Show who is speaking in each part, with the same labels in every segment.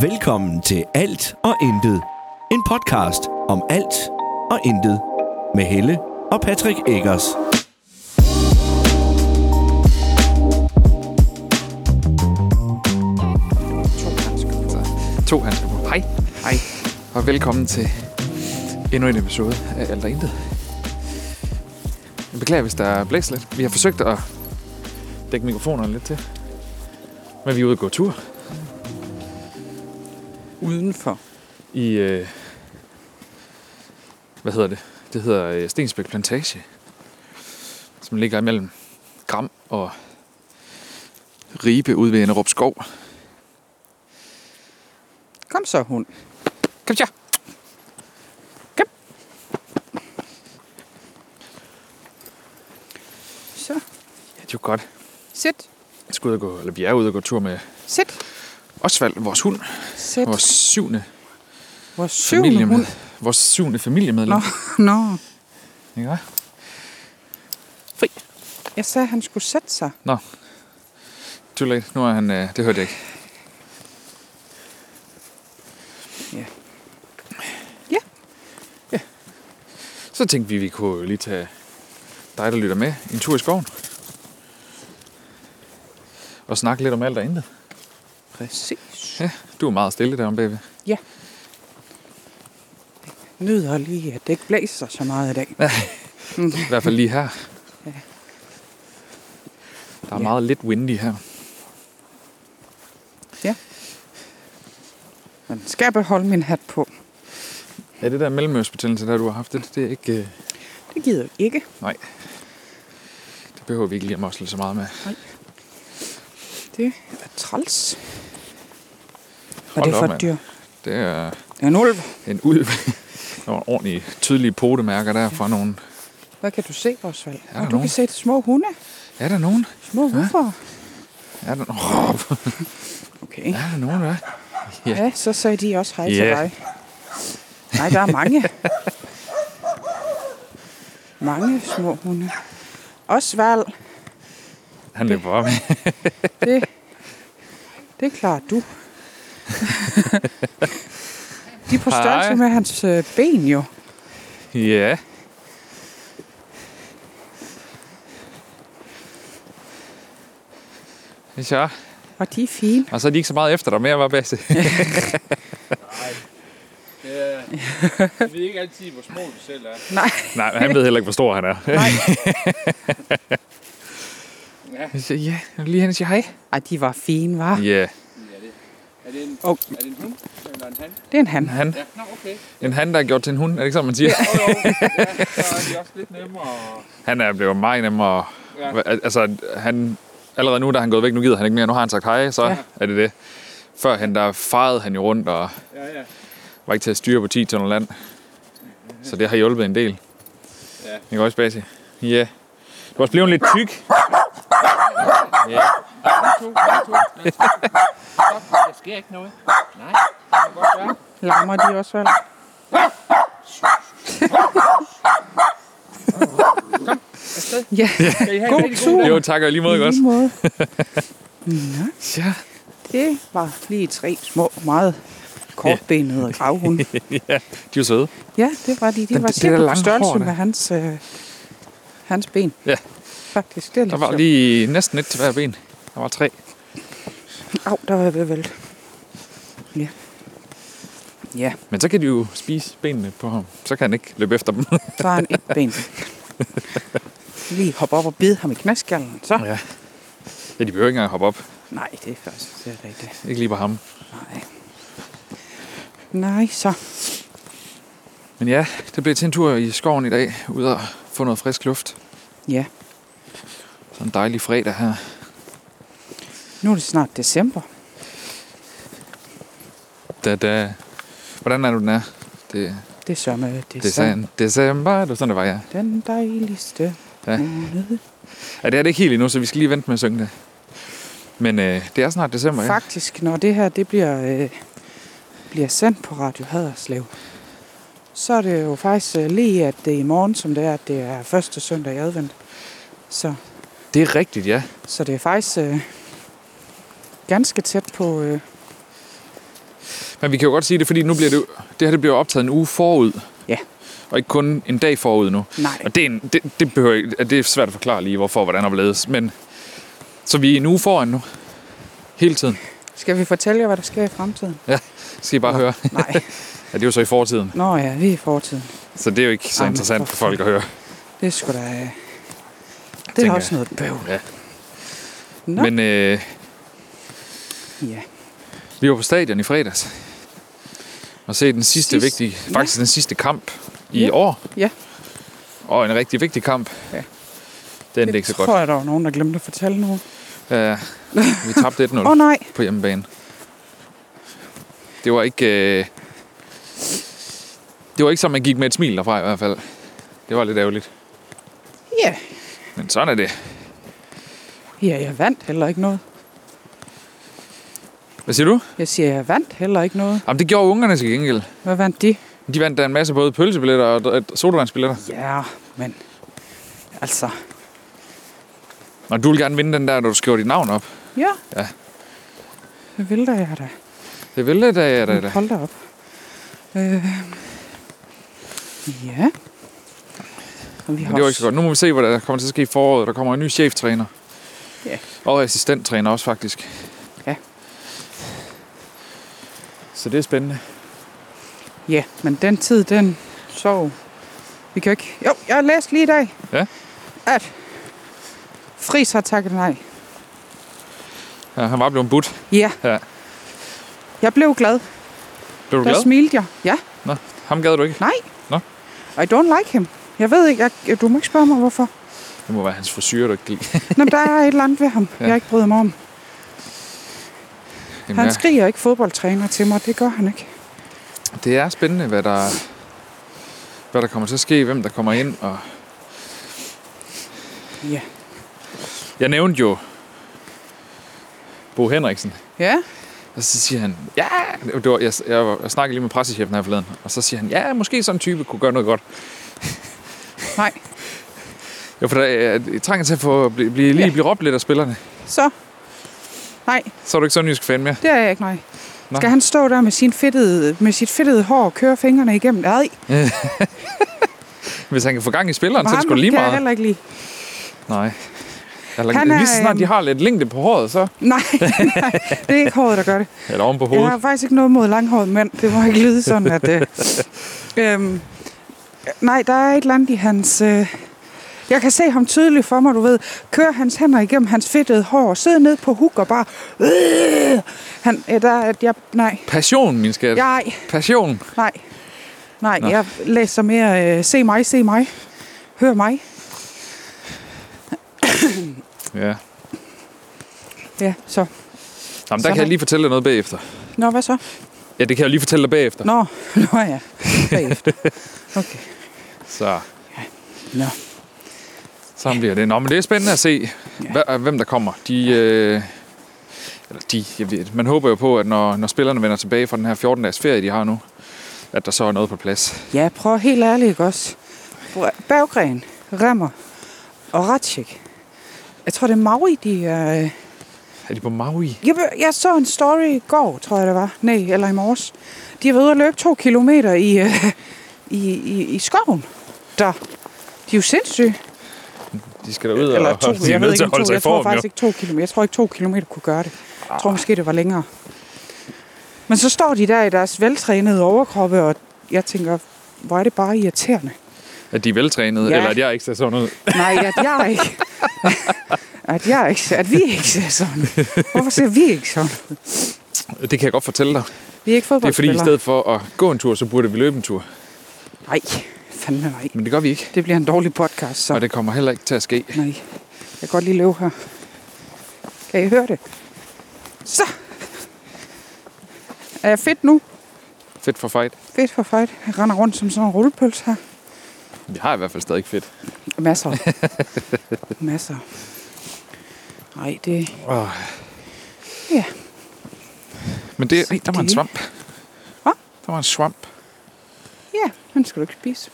Speaker 1: Velkommen til Alt og Intet. En podcast om alt og intet. Med Helle og Patrick Eggers.
Speaker 2: To handsker på. To handsker på. Hej. Hej. Og velkommen til endnu en episode af Alt og Intet. Jeg beklager, hvis der er blæst lidt. Vi har forsøgt at dække mikrofonerne lidt til. Men vi er ude og gå tur
Speaker 3: udenfor.
Speaker 2: i... Øh, hvad hedder det? Det hedder øh, Stensbæk Plantage. Som ligger imellem Gram og Ribe ude ved Enderup Skov.
Speaker 3: Kom så, hund.
Speaker 2: Kom så. Kom.
Speaker 3: Så,
Speaker 2: Ja, det er jo godt.
Speaker 3: sæt,
Speaker 2: Jeg skal ud og gå, eller vi er ude og gå tur med
Speaker 3: sæt,
Speaker 2: Osvald, vores hund.
Speaker 3: sæt.
Speaker 2: Vores syvende
Speaker 3: Vores syvende
Speaker 2: familiemedlem.
Speaker 3: hund.
Speaker 2: Vores syvende familiemedlem.
Speaker 3: Nå, nå.
Speaker 2: Ikke hva'?
Speaker 3: Jeg sagde, at han skulle sætte sig.
Speaker 2: Nå. Too late. Nu er han... Øh, det hørte jeg ikke.
Speaker 3: Ja.
Speaker 2: Ja.
Speaker 3: Ja.
Speaker 2: Ja. Så tænkte vi, vi kunne lige tage dig, der lytter med, en tur i skoven. Og snakke lidt om alt og intet.
Speaker 3: Præcis.
Speaker 2: Ja, du er meget stille derom bagved.
Speaker 3: Ja. Nyder lige, at det ikke blæser så meget i dag.
Speaker 2: I hvert fald lige her.
Speaker 3: Ja.
Speaker 2: Der er
Speaker 3: Ja.
Speaker 2: meget lidt windy her.
Speaker 3: Men skal jeg beholde min hat på?
Speaker 2: Ja, det der mellemørsbetændelse, der du har haft, det, det er ikke... Øh,
Speaker 3: Det gider vi ikke.
Speaker 2: nej. Det behøver vi ikke lige at mosle så meget med.
Speaker 3: Det er træls. Og
Speaker 2: Hold
Speaker 3: det
Speaker 2: da op,
Speaker 3: er for
Speaker 2: mand.
Speaker 3: et dyr.
Speaker 2: Det er
Speaker 3: Det er en ulv.
Speaker 2: en ulv. Der var ordentlige, tydelige potemærker der fra nogen.
Speaker 3: Hvad kan du se, Osvald?
Speaker 2: der
Speaker 3: Og du
Speaker 2: nogen?
Speaker 3: kan se de små hunde.
Speaker 2: Er der nogen?
Speaker 3: Små huffer.
Speaker 2: Er der, oh,
Speaker 3: Okay.
Speaker 2: er der nogen, hvad? Ja.
Speaker 3: Ja, så sagde de også hej til
Speaker 2: Ja.
Speaker 3: dig. Nej, der er mange. Mange små hunde. Osvald,
Speaker 2: Han løb bare med.
Speaker 3: det, det klarer du. De er på
Speaker 2: Hej.
Speaker 3: størrelse med hans øh, ben jo.
Speaker 2: Ja. Så.
Speaker 3: Og de er fine.
Speaker 2: Og så er de ikke så meget efter dig mere, var Basse.
Speaker 4: Ja. Øh, Vi er ikke altid, hvor små vi selv er.
Speaker 3: Nej,
Speaker 2: Nej, men han ved heller ikke, hvor stor han er.
Speaker 3: nej.
Speaker 2: Jeg siger, ja, jeg vil lige hen og sige hej.
Speaker 3: Ej, de var fine, var.
Speaker 2: Ja,
Speaker 4: Er det, er det, en,
Speaker 3: Åh.
Speaker 4: er det en hund eller en han?
Speaker 3: Det er en han.
Speaker 2: han,
Speaker 4: Ja. Nå, okay.
Speaker 2: en han, der er gjort til en hund, er det ikke sådan, man siger?
Speaker 4: Jo, jo. Ja, så er de også lidt nemmere.
Speaker 2: Han er blevet meget nemmere.
Speaker 4: Ja.
Speaker 2: Ja. Altså, han, allerede nu, da han er gået væk, nu gider han ikke mere. Nu har han sagt hej, så ja.
Speaker 3: Ja.
Speaker 2: er det det. Førhen, der farede han jo rundt og
Speaker 4: Ja, ja.
Speaker 2: var ikke til at styre på 10 tønder land. Så det har hjulpet en del.
Speaker 4: Ja.
Speaker 2: Ikke også, Basie? Ja. Yeah. Du er også blevet lidt tyk. Ja.
Speaker 4: To, to, to. Stop, der sker ikke noget. Nej, det kan godt være.
Speaker 3: Lammer de også, vel? Ja,
Speaker 4: Kan I have en
Speaker 3: god
Speaker 4: rigtig
Speaker 3: tur.
Speaker 2: Jo, tak og i lige måde, ikke
Speaker 3: I
Speaker 2: også?
Speaker 3: lige måde.
Speaker 2: Ja.
Speaker 3: Det var lige tre små, meget kortbenede og gravhunde.
Speaker 2: De er jo søde.
Speaker 3: Ja, det var de. De
Speaker 2: Den-
Speaker 3: var
Speaker 2: det- det der
Speaker 3: cirka på
Speaker 2: lange
Speaker 3: størrelse
Speaker 2: hår der.
Speaker 3: med hans, øh, hans ben.
Speaker 2: Ja.
Speaker 3: Faktisk, det er lidt
Speaker 2: Der var
Speaker 3: sjovt.
Speaker 2: lige næsten et til hver ben. Der var tre.
Speaker 3: Au, der var jeg ved at vælte. Ja. Ja,
Speaker 2: Men så kan de jo spise benene på ham. Så kan han ikke løbe efter dem.
Speaker 3: der var en et ben. Lige hoppe op og bide ham i knaskallen, så.
Speaker 2: Ja. ja, de behøver ikke engang hoppe op.
Speaker 3: Nej, det er først. Det er rigtigt.
Speaker 2: Ikke lige på ham.
Speaker 3: Nej. Nej, så.
Speaker 2: Men ja, det blev til en tur i skoven i dag. Ud og få noget frisk luft.
Speaker 3: Ja.
Speaker 2: Sådan en dejlig fredag her.
Speaker 3: Nu er det snart december.
Speaker 2: Da, da. Hvordan er du, den er? Det,
Speaker 3: Det er sørme december.
Speaker 2: det er sådan. December, det var sådan, det var, ja.
Speaker 3: Den dejligste
Speaker 2: Ja.
Speaker 3: ja. måned.
Speaker 2: ja. det er det ikke helt endnu, så vi skal lige vente med at synge det. Men øh, det er snart december, ja.
Speaker 3: Faktisk, når det her det bliver, øh, bliver sendt på Radio Haderslev, så er det jo faktisk øh, lige, at det er i morgen, som det er, at det er første søndag i advent. Så,
Speaker 2: Det er rigtigt, ja.
Speaker 3: så det er faktisk øh, ganske tæt på, øh,
Speaker 2: Men vi kan jo godt sige det, fordi nu bliver det, jo- det her det bliver optaget en uge forud.
Speaker 3: Ja.
Speaker 2: Og ikke kun en dag forud nu.
Speaker 3: Nej.
Speaker 2: Og det er, en, det, det, behøver, ikke- det er svært at forklare lige, hvorfor, hvordan og hvorledes. Men, så vi er en uge foran nu. Hele tiden.
Speaker 3: Skal vi fortælle jer, hvad der sker i fremtiden?
Speaker 2: Skal I bare høre.
Speaker 3: Nej.
Speaker 2: Ja, det er jo så i fortiden.
Speaker 3: Nå ja, vi er i fortiden.
Speaker 2: Så det er jo ikke så
Speaker 3: Ej, men
Speaker 2: interessant for
Speaker 3: for
Speaker 2: folk at høre.
Speaker 3: Det er sgu da... øh, Det
Speaker 2: Tænker
Speaker 3: er også noget bøvl.
Speaker 2: Ja.
Speaker 3: Nå,
Speaker 2: Men øh,
Speaker 3: ja.
Speaker 2: vi var på stadion i fredags. Og se den sidste
Speaker 3: Sidst-
Speaker 2: vigtige, faktisk den sidste kamp i
Speaker 3: Ja.
Speaker 2: år.
Speaker 3: Ja.
Speaker 2: Og en rigtig vigtig kamp.
Speaker 3: Ja.
Speaker 2: Den det, ikke så
Speaker 3: tror
Speaker 2: godt.
Speaker 3: jeg, der var nogen, der glemte at fortælle nu.
Speaker 2: Ja, vi tabte 1-0
Speaker 3: Åh oh, nej,
Speaker 2: på hjemmebane. Det var ikke... Øh, det var ikke som, man gik med et smil derfra i hvert fald. Det var lidt ærgerligt.
Speaker 3: ja.
Speaker 2: Men sådan er det.
Speaker 3: Ja, jeg vandt heller ikke noget.
Speaker 2: Hvad siger du?
Speaker 3: Jeg siger, jeg vandt heller ikke noget.
Speaker 2: Jamen, det gjorde ungerne til gengæld.
Speaker 3: Hvad vandt de?
Speaker 2: De vandt da en masse både pølsebilletter og dr- sodavandsbilletter.
Speaker 3: Ja, men... Altså,
Speaker 2: Og du vil gerne vinde den der, når du skriver dit navn op.
Speaker 3: ja.
Speaker 2: Ja.
Speaker 3: Det vælter jeg da.
Speaker 2: Det vil det, da, da, da.
Speaker 3: Hold da op. Øh, ja. Og vi
Speaker 2: Men det var ikke så godt. Nu må vi se, hvad der kommer til at ske i foråret. Der kommer en ny cheftræner.
Speaker 3: Ja.
Speaker 2: Og assistenttræner også, faktisk.
Speaker 3: Ja.
Speaker 2: Så det er spændende.
Speaker 3: Ja, men den tid, den sov. Vi kan jo ikke... Jo, jeg har læst lige i dag,
Speaker 2: Ja.
Speaker 3: at Fris har takket nej.
Speaker 2: Ja, han var blevet budt.
Speaker 3: Ja.
Speaker 2: Ja.
Speaker 3: Jeg blev glad.
Speaker 2: Blev du
Speaker 3: Der
Speaker 2: glad?
Speaker 3: smilte jeg. Ja,
Speaker 2: Nå, ham gad du ikke.
Speaker 3: nej.
Speaker 2: Nå.
Speaker 3: I don't like him. Jeg ved ikke, jeg, du må ikke spørge mig, hvorfor.
Speaker 2: Det må være hans frisyr, du ikke kan lide.
Speaker 3: Nå, men der er et eller andet ved ham,
Speaker 2: Ja.
Speaker 3: ja. jeg ikke bryder mig om.
Speaker 2: Jamen,
Speaker 3: Han
Speaker 2: ja,
Speaker 3: skriger ikke fodboldtræner til mig, det gør han ikke.
Speaker 2: det er spændende, hvad der, hvad der kommer til at ske, hvem der kommer ind. Og
Speaker 3: Ja.
Speaker 2: jeg nævnte jo Bo Henriksen.
Speaker 3: Ja,
Speaker 2: Og så siger han, ja, det var, jeg, jeg, var- jeg snakkede lige med pressechefen her forleden, og så siger han, ja, måske sådan en type kunne gøre noget godt.
Speaker 3: nej.
Speaker 2: Jo, for der, jeg, jeg trænger til at få, blive, blive, lige
Speaker 3: Ja.
Speaker 2: blive råbt lidt af spillerne.
Speaker 3: Så. Nej,
Speaker 2: Så er du ikke sådan en jysk fan mere.
Speaker 3: det er jeg ikke, nej.
Speaker 2: Nå.
Speaker 3: Skal han stå der med, sin fedtede, med sit fedtede hår og køre fingrene igennem? Nej,
Speaker 2: Hvis han kan få gang i spilleren,
Speaker 3: Og
Speaker 2: så er
Speaker 3: ham
Speaker 2: det sgu da lige
Speaker 3: kan jeg
Speaker 2: meget.
Speaker 3: heller ikke lide.
Speaker 2: Nej. Eller,
Speaker 3: Han er,
Speaker 2: lige så snart de
Speaker 3: øhm,
Speaker 2: har lidt længde på håret, så
Speaker 3: Nej, nej, det er ikke håret, der gør det.
Speaker 2: eller oven på
Speaker 3: Jeg
Speaker 2: hovedet.
Speaker 3: har faktisk ikke noget mod langhåret mænd. Det må ikke lyde sådan, at... Øh, øhm, nej, der er et eller andet i hans... Øh, jeg kan se ham tydeligt for mig, du ved. Kører hans hænder igennem hans fedtede hår, sidder ned på huk og bare... Øh, han, ja, der, er- at jeg, nej,
Speaker 2: Passion, min skat.
Speaker 3: nej,
Speaker 2: Passion.
Speaker 3: nej. Nej, jeg læser mere øh, Se mig, se mig. Hør mig.
Speaker 2: Ja.
Speaker 3: Ja, så.
Speaker 2: Nå, men der
Speaker 3: Sådan.
Speaker 2: kan jeg lige fortælle dig noget bagefter.
Speaker 3: Nå, hvad så?
Speaker 2: Ja, det kan jeg lige fortælle dig bagefter.
Speaker 3: Nå, nå ja. Bagefter. Okay.
Speaker 2: Så
Speaker 3: Nå.
Speaker 2: sådan bliver det. Nå, men det er spændende at se, hva- hvem der kommer. De, øh, eller de, jeg ved, man håber jo på, at når, når spillerne vender tilbage fra den her 14-dages ferie, de har nu, at der så er noget på plads.
Speaker 3: Ja, prøv helt ærligt, ikke også? Berggren, Remmer og Ratschik. Jeg tror, det er Maui, de er... øh,
Speaker 2: Er de på Maui?
Speaker 3: Jeg, be- jeg så en story i går, tror jeg det var. Nej, eller i morges. De har været ude at løbe to kilometer i, øh, i, i, i skoven. Der. De er jo sindssyge.
Speaker 2: De skal derud
Speaker 3: Eller
Speaker 2: og
Speaker 3: to,
Speaker 2: de er
Speaker 3: jeg ved
Speaker 2: nødt til
Speaker 3: ikke,
Speaker 2: at
Speaker 3: om
Speaker 2: holde
Speaker 3: to,
Speaker 2: sig i
Speaker 3: jeg tror
Speaker 2: form.
Speaker 3: faktisk
Speaker 2: Jo. Ah.
Speaker 3: ikke to kilometer. Jeg tror ikke to kilometer kunne gøre det. Jeg tror måske, det var længere. Men så står de der i deres veltrænede overkroppe, og jeg tænker, hvor er det bare irriterende.
Speaker 2: At de er veltrænede,
Speaker 3: Ja.
Speaker 2: eller at jeg ikke ser sådan ud.
Speaker 3: Nej, at jeg ikke... At, jeg ikke, at vi ikke ser sådan. Hvorfor ser vi ikke sådan?
Speaker 2: Det kan jeg godt fortælle dig.
Speaker 3: Vi er
Speaker 2: Det er
Speaker 3: ikke
Speaker 2: fordi,
Speaker 3: fodboldspillere.
Speaker 2: i stedet for at gå en tur, så burde vi løbe en tur.
Speaker 3: Nej, fandme nej.
Speaker 2: Men det gør vi ikke.
Speaker 3: Det bliver en dårlig podcast, så
Speaker 2: Og det kommer heller ikke til at ske.
Speaker 3: nej. Jeg kan godt lige løbe her. Kan I høre det? Så! Er jeg fedt nu?
Speaker 2: Fedt for fight.
Speaker 3: Fedt for fight. Jeg render rundt som sådan en rullepøls her.
Speaker 2: Vi har i hvert fald stadig fedt.
Speaker 3: Masser. Masser. Nej, det...
Speaker 2: Oh.
Speaker 3: Ja.
Speaker 2: Men det, ej, der var en
Speaker 3: Det-
Speaker 2: svamp.
Speaker 3: Hva?
Speaker 2: Der var en svamp.
Speaker 3: Ja, den skal du ikke spise.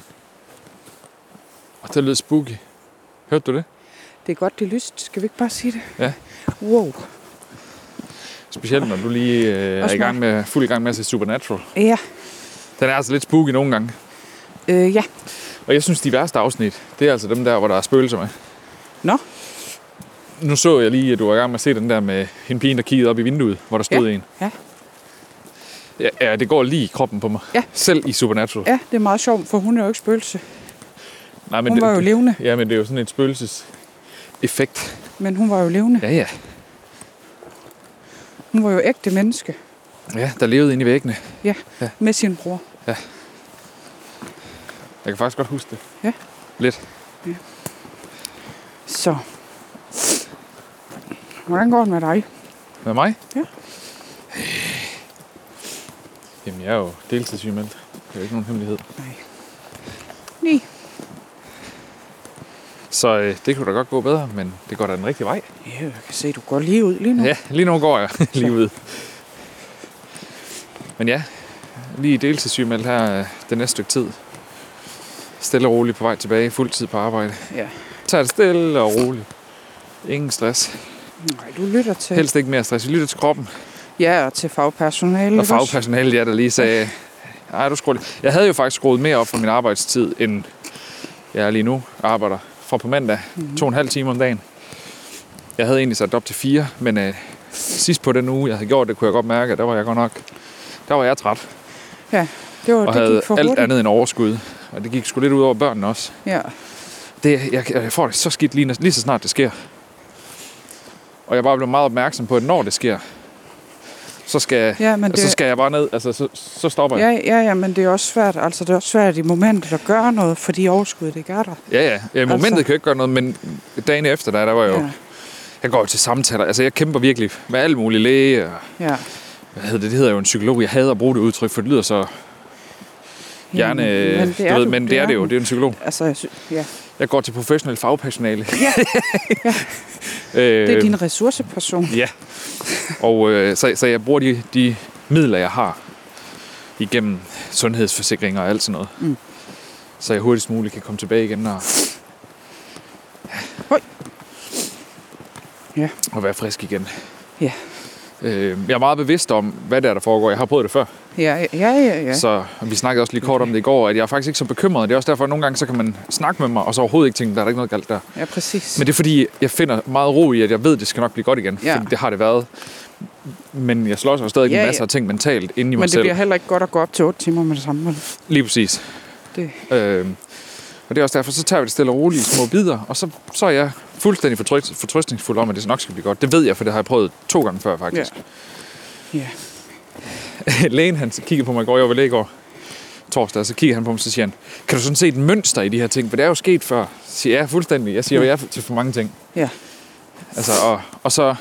Speaker 2: Og det lød spooky. Hørte du det?
Speaker 3: Det er godt, det er lyst. Skal vi ikke bare sige det?
Speaker 2: Ja.
Speaker 3: Wow.
Speaker 2: Specielt når du lige øh, er
Speaker 3: Også
Speaker 2: i gang
Speaker 3: mig.
Speaker 2: med, fuld i gang med at se Supernatural.
Speaker 3: Ja,
Speaker 2: Den er altså lidt spooky nogle gange.
Speaker 3: øh, ja.
Speaker 2: Og jeg synes, de værste afsnit, det er altså dem der, hvor der er spøgelser med.
Speaker 3: Nå,
Speaker 2: Nu så jeg lige, at du var i gang med at se den der med hende pigen, der kiggede op i vinduet, hvor der stod en.
Speaker 3: ja,
Speaker 2: Ja, ja, det går lige i kroppen på mig.
Speaker 3: Ja.
Speaker 2: Selv i Supernatural.
Speaker 3: ja, det er meget sjovt, for hun er jo ikke spøgelse.
Speaker 2: Nej, men
Speaker 3: Hun var jo levende,
Speaker 2: Ja, men det er jo sådan et spøgelses effekt.
Speaker 3: men hun var jo levende.
Speaker 2: Ja, ja.
Speaker 3: Hun var jo ægte menneske
Speaker 2: Ja, der levede inde i væggene.
Speaker 3: med sin bror.
Speaker 2: Jeg kan faktisk godt huske det.
Speaker 3: Ja.
Speaker 2: Lidt.
Speaker 3: Så. Hvordan går det med dig?
Speaker 2: Med mig? Øh.
Speaker 3: Ja.
Speaker 2: Jamen, jeg er jo deltidssygemeldt. Det er jo ikke nogen hemmelighed.
Speaker 3: Nej. Nej.
Speaker 2: Så øh, det kunne da godt gå bedre, men det går da den rigtige vej.
Speaker 3: Ja, jeg kan se, du går lige ud lige nu.
Speaker 2: Ja, lige nu går jeg lige ud. Men ja, lige deltidssygemeldt her øh, det næste stykke tid. Stille og roligt på vej tilbage, fuld tid på arbejde.
Speaker 3: Ja.
Speaker 2: Tag det stille og roligt. Ingen stress.
Speaker 3: Nej, du lytter til...
Speaker 2: Helst ikke mere stress. Vi lytter til kroppen.
Speaker 3: Ja, og til fagpersonale.
Speaker 2: Og
Speaker 3: ikke også?
Speaker 2: fagpersonalet, ja, der lige sagde, nej, du skruer lidt." Jeg havde jo faktisk skruet mere op for min arbejdstid, end jeg lige nu arbejder fra på mandag.
Speaker 3: Mhm.
Speaker 2: Mm-hmm. To og en halv time om dagen. Jeg havde egentlig sat det op til fire, men øh, sidst på den uge, jeg havde gjort det, kunne jeg godt mærke, at der var jeg godt nok, der var jeg træt.
Speaker 3: Ja, det var
Speaker 2: Og
Speaker 3: det
Speaker 2: havde
Speaker 3: gik for
Speaker 2: alt
Speaker 3: hurtigt.
Speaker 2: andet end overskud. Og det gik sgu lidt ud over børnene også.
Speaker 3: Ja.
Speaker 2: Det, jeg, jeg får det så skidt lige, når- lige så snart det sker. Og jeg er bare blevet meget opmærksom på, at når det sker, så skal,
Speaker 3: Ja, men det-
Speaker 2: så skal jeg bare ned. Altså, så, så stopper jeg.
Speaker 3: Ja, ja, ja, men det er også svært. Altså, det er også svært i momentet at gøre noget, fordi overskuddet ikke er der.
Speaker 2: Ja, ja. ja i momentet
Speaker 3: Altså.
Speaker 2: kan jeg ikke gøre noget, men dagen efter, der, der var jeg jo...
Speaker 3: Ja,
Speaker 2: Jeg går jo til samtaler. Altså, jeg kæmper virkelig med alle mulige læge. Og,
Speaker 3: ja.
Speaker 2: hvad hedder det? Det hedder jo en psykolog. Jeg hader at bruge det udtryk, for det lyder så... Hjerne,
Speaker 3: men det
Speaker 2: øh, du
Speaker 3: er
Speaker 2: ved,
Speaker 3: du.
Speaker 2: men det,
Speaker 3: Det
Speaker 2: er
Speaker 3: er
Speaker 2: det jo.
Speaker 3: du.
Speaker 2: Det er en psykolog.
Speaker 3: Altså, jeg sy- ja.
Speaker 2: Jeg går til professionel fagpersonale. Øh, Ja. ja.
Speaker 3: Det er din ressourceperson.
Speaker 2: Ja. Og øh, så, så jeg bruger de, de midler, jeg har igennem sundhedsforsikringer og alt sådan noget. Mm. Så jeg hurtigst muligt kan komme tilbage igen og,
Speaker 3: Ja.
Speaker 2: og være frisk igen.
Speaker 3: Ja.
Speaker 2: Øh, jeg er meget bevidst om, hvad det er, der foregår. Jeg har prøvet det før.
Speaker 3: Ja, ja, ja, ja.
Speaker 2: Så og vi snakkede også lige kort om det i går, at jeg er faktisk ikke så bekymret. Det er også derfor, at nogle gange så kan man snakke med mig, og så overhovedet ikke tænke, der er der ikke noget galt der.
Speaker 3: ja præcis.
Speaker 2: Men det er fordi, jeg finder meget ro i, at jeg ved, at det skal nok blive godt igen.
Speaker 3: Ja.
Speaker 2: Fordi det har det været. Men jeg slås jo stadig
Speaker 3: Ja,
Speaker 2: ja,
Speaker 3: ja.
Speaker 2: med masser af ting mentalt inde i mig
Speaker 3: men det
Speaker 2: selv.
Speaker 3: bliver heller ikke godt at gå op til 8 timer med det samme. vel?
Speaker 2: Lige præcis.
Speaker 3: Det,
Speaker 2: Øhm, og det er også derfor, så tager vi det stille og roligt i små bidder, og så, så er jeg fuldstændig fortryst, fortrystningsfuld om, at det nok skal blive godt. Det ved jeg, for det har jeg prøvet to gange før,
Speaker 3: ja.
Speaker 2: faktisk.
Speaker 3: ja.
Speaker 2: Ja. Lægen, han kiggede på mig i går, jeg var ved læge i går torsdag, og så kigger han på mig, og så siger han, kan du sådan se et mønster i de her ting? For det er jo sket før. Så siger jeg, ja, fuldstændig. Jeg siger jo ja til for mange ting.
Speaker 3: Ja.
Speaker 2: Altså, og, og så,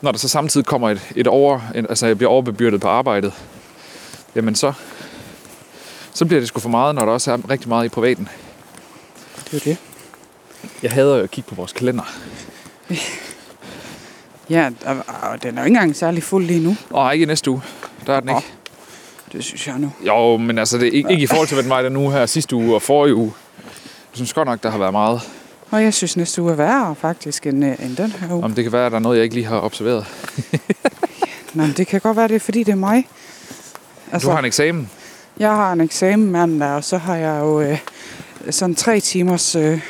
Speaker 2: når der så samtidig kommer et, et over, en, altså jeg bliver overbebyrdet på arbejdet, jamen så, så bliver det sgu for meget, når der også er rigtig meget i privaten.
Speaker 3: det er jo det.
Speaker 2: Jeg hader jo at kigge på vores kalender.
Speaker 3: Ja, og, og den er jo ikke engang særlig fuld lige nu.
Speaker 2: Og ikke i næste uge. Der er den ikke.
Speaker 3: Det synes jeg nu.
Speaker 2: Jo, men altså, det er ikke, ikke i forhold til, hvad den var i den uge her sidste uge og forrige uge. Jeg synes godt nok, der har været meget.
Speaker 3: Og jeg synes næste uge er værre faktisk end, øh, end den her uge.
Speaker 2: Om det kan være, at der er noget, jeg ikke lige har observeret.
Speaker 3: Nå, men det kan godt være, det er fordi, det er mig. Altså,
Speaker 2: Du har en eksamen.
Speaker 3: Jeg har en eksamen mandag, og så har jeg jo øh, sådan tre timers øh,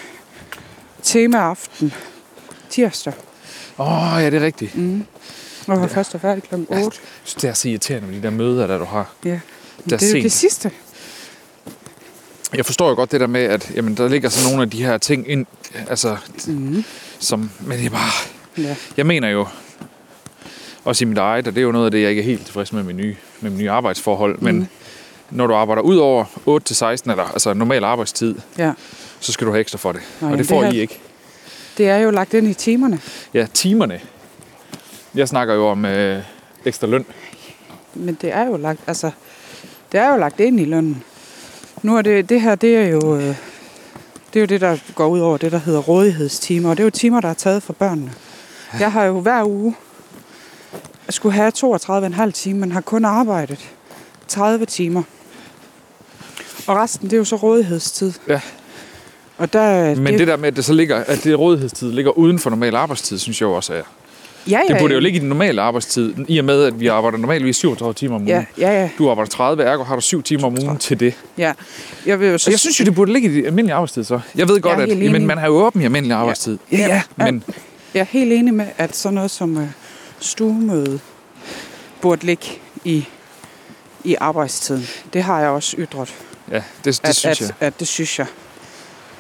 Speaker 3: temaaften tirsdag.
Speaker 2: Åh, oh, ja, det er rigtigt. Mm.
Speaker 3: Og jeg først er færdig kl. 8. Ja,
Speaker 2: Jeg synes, det er så irriterende med de der møder, der du har.
Speaker 3: ja. Men
Speaker 2: Det er
Speaker 3: det er jo det
Speaker 2: sent.
Speaker 3: sidste.
Speaker 2: Jeg forstår jo godt det der med, at jamen, der ligger sådan nogle af de her ting ind, altså, mm. som, men det er bare,
Speaker 3: Ja.
Speaker 2: jeg mener jo, også i mit eget, og det er jo noget af det, jeg ikke er helt tilfreds med min nye, med min nye arbejdsforhold, mm. men når du arbejder ud over 8-16, eller altså normal arbejdstid,
Speaker 3: ja.
Speaker 2: så skal du have ekstra for det. Nå,
Speaker 3: Nå,
Speaker 2: og
Speaker 3: jamen,
Speaker 2: det
Speaker 3: det
Speaker 2: får det
Speaker 3: her-
Speaker 2: I ikke.
Speaker 3: Det er jo lagt ind i timerne.
Speaker 2: Ja, timerne. Jeg snakker jo om øh, ekstra løn.
Speaker 3: Men det er jo lagt, altså, det er jo lagt ind i lønnen. Nu er det, det her, det er jo... Øh, det er jo det, der går ud over det, der hedder rådighedstimer. Og det er jo timer, der er taget fra børnene. Jeg har jo hver uge skulle have 32,5 timer, men har kun arbejdet 30 timer. Og resten, det er jo så rådighedstid.
Speaker 2: Ja.
Speaker 3: Og der, Altså,
Speaker 2: Men det der med, at det så ligger, at det rådighedstid ligger uden for normal arbejdstid, synes jeg jo også er
Speaker 3: Ja, ja,
Speaker 2: Det burde jo
Speaker 3: ja.
Speaker 2: ligge i den normale arbejdstid, i og med, at vi arbejder normalvis 37 timer om ugen.
Speaker 3: Ja, ja, ja.
Speaker 2: Du arbejder 30, ergo har du 7 timer om ugen til det.
Speaker 3: ja. Jeg, vil jo så
Speaker 2: Og jeg synes jo, det burde ligge i det almindelige arbejdstid, så. Jeg ved godt,
Speaker 3: Jeg er
Speaker 2: at
Speaker 3: helt enig.
Speaker 2: jamen, man har jo åben i almindelig arbejdstid. Ja, ja, men
Speaker 3: jeg er helt enig med, at sådan noget som øh, stuemøde burde ligge i, i arbejdstiden. Det har jeg også ytret.
Speaker 2: ja, det, det
Speaker 3: at,
Speaker 2: synes
Speaker 3: at,
Speaker 2: jeg.
Speaker 3: at det synes jeg.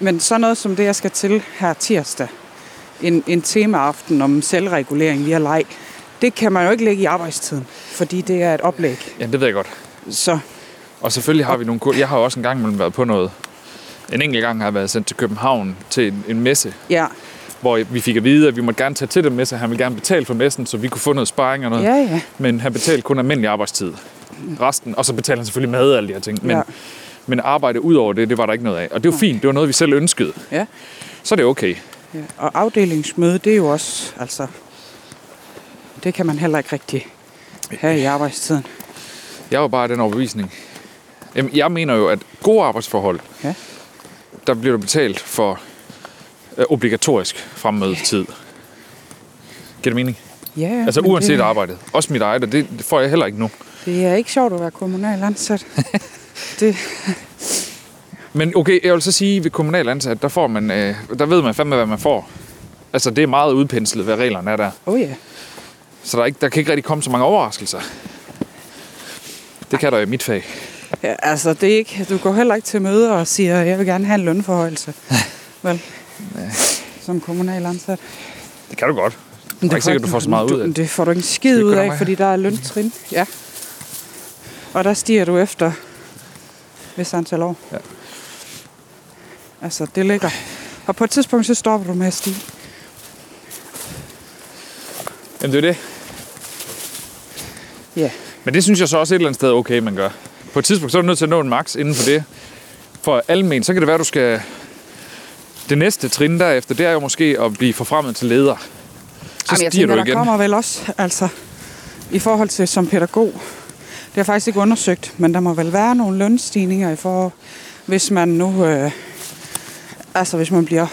Speaker 3: Men sådan noget som det, jeg skal til her tirsdag, en, en temaaften om selvregulering via leg, det kan man jo ikke lægge i arbejdstiden, fordi det er et oplæg.
Speaker 2: Ja, det ved jeg godt.
Speaker 3: Så
Speaker 2: Og selvfølgelig har vi nogle kurser. Jeg har jo også en gang imellem været på noget. En enkelt gang har jeg været sendt til København til en, en messe,
Speaker 3: ja,
Speaker 2: hvor vi fik at vide, at vi måtte gerne tage til den messe. Han ville gerne betale for messen, så vi kunne få noget sparring og noget.
Speaker 3: ja, ja.
Speaker 2: Men han betalte kun almindelig arbejdstid. Resten, og så betalte han selvfølgelig mad og alle de her ting. Men,
Speaker 3: Ja.
Speaker 2: ja. men arbejde ud over det, det var der ikke noget af. Og det var fint, det var noget, vi selv ønskede.
Speaker 3: Ja.
Speaker 2: Så er det okay.
Speaker 3: ja. Og afdelingsmøde, det er jo også, altså, det kan man heller ikke rigtig have i arbejdstiden.
Speaker 2: Jeg var bare af den overbevisning. Jamen, jeg mener jo, at gode arbejdsforhold,
Speaker 3: Ja.
Speaker 2: der bliver du betalt for øh, obligatorisk fremmødetid. Giver det mening?
Speaker 3: Ja,
Speaker 2: Altså
Speaker 3: men
Speaker 2: uanset
Speaker 3: det,
Speaker 2: arbejdet. Også mit eget, og det får jeg heller ikke nu.
Speaker 3: det er ikke sjovt at være kommunal ansat. det,
Speaker 2: Men okay, jeg vil så sige, at ved kommunal ansat, der, får man, øh, der ved man fandme, hvad man får. Altså, det er meget udpenslet, hvad reglerne er der.
Speaker 3: oh ja.
Speaker 2: Så der, er ikke, der kan ikke rigtig komme så mange overraskelser. Det kan der i mit fag.
Speaker 3: Ja, altså, det er ikke, du går heller ikke til møder og siger, jeg vil gerne have en lønforhøjelse. Vel? Som kommunal ansat.
Speaker 2: Det kan du godt. Det er ikke sikkert, du får så meget ud af det.
Speaker 3: Det får du ikke en skid
Speaker 2: Det
Speaker 3: ud
Speaker 2: gør
Speaker 3: af,
Speaker 2: mig.
Speaker 3: fordi der er løntrin. Ja. Og der stiger du efter hvis antal år.
Speaker 2: Ja.
Speaker 3: Altså, det ligger. Og på et tidspunkt, så stopper du med at stige.
Speaker 2: Jamen, det er det.
Speaker 3: Ja.
Speaker 2: Men det synes jeg så også et eller andet sted er okay, man gør. På et tidspunkt, så er du nødt til at nå en max inden for det. For almen, så kan det være, du skal... Det næste trin derefter, det er jo måske at blive forfremmet til leder. Så
Speaker 3: Jamen,
Speaker 2: stiger
Speaker 3: jeg tænker,
Speaker 2: du
Speaker 3: der
Speaker 2: igen.
Speaker 3: kommer vel også, altså, i forhold til som pædagog, det har jeg faktisk ikke undersøgt, men der må vel være nogle lønstigninger i forhold, hvis man nu, øh, altså hvis man bliver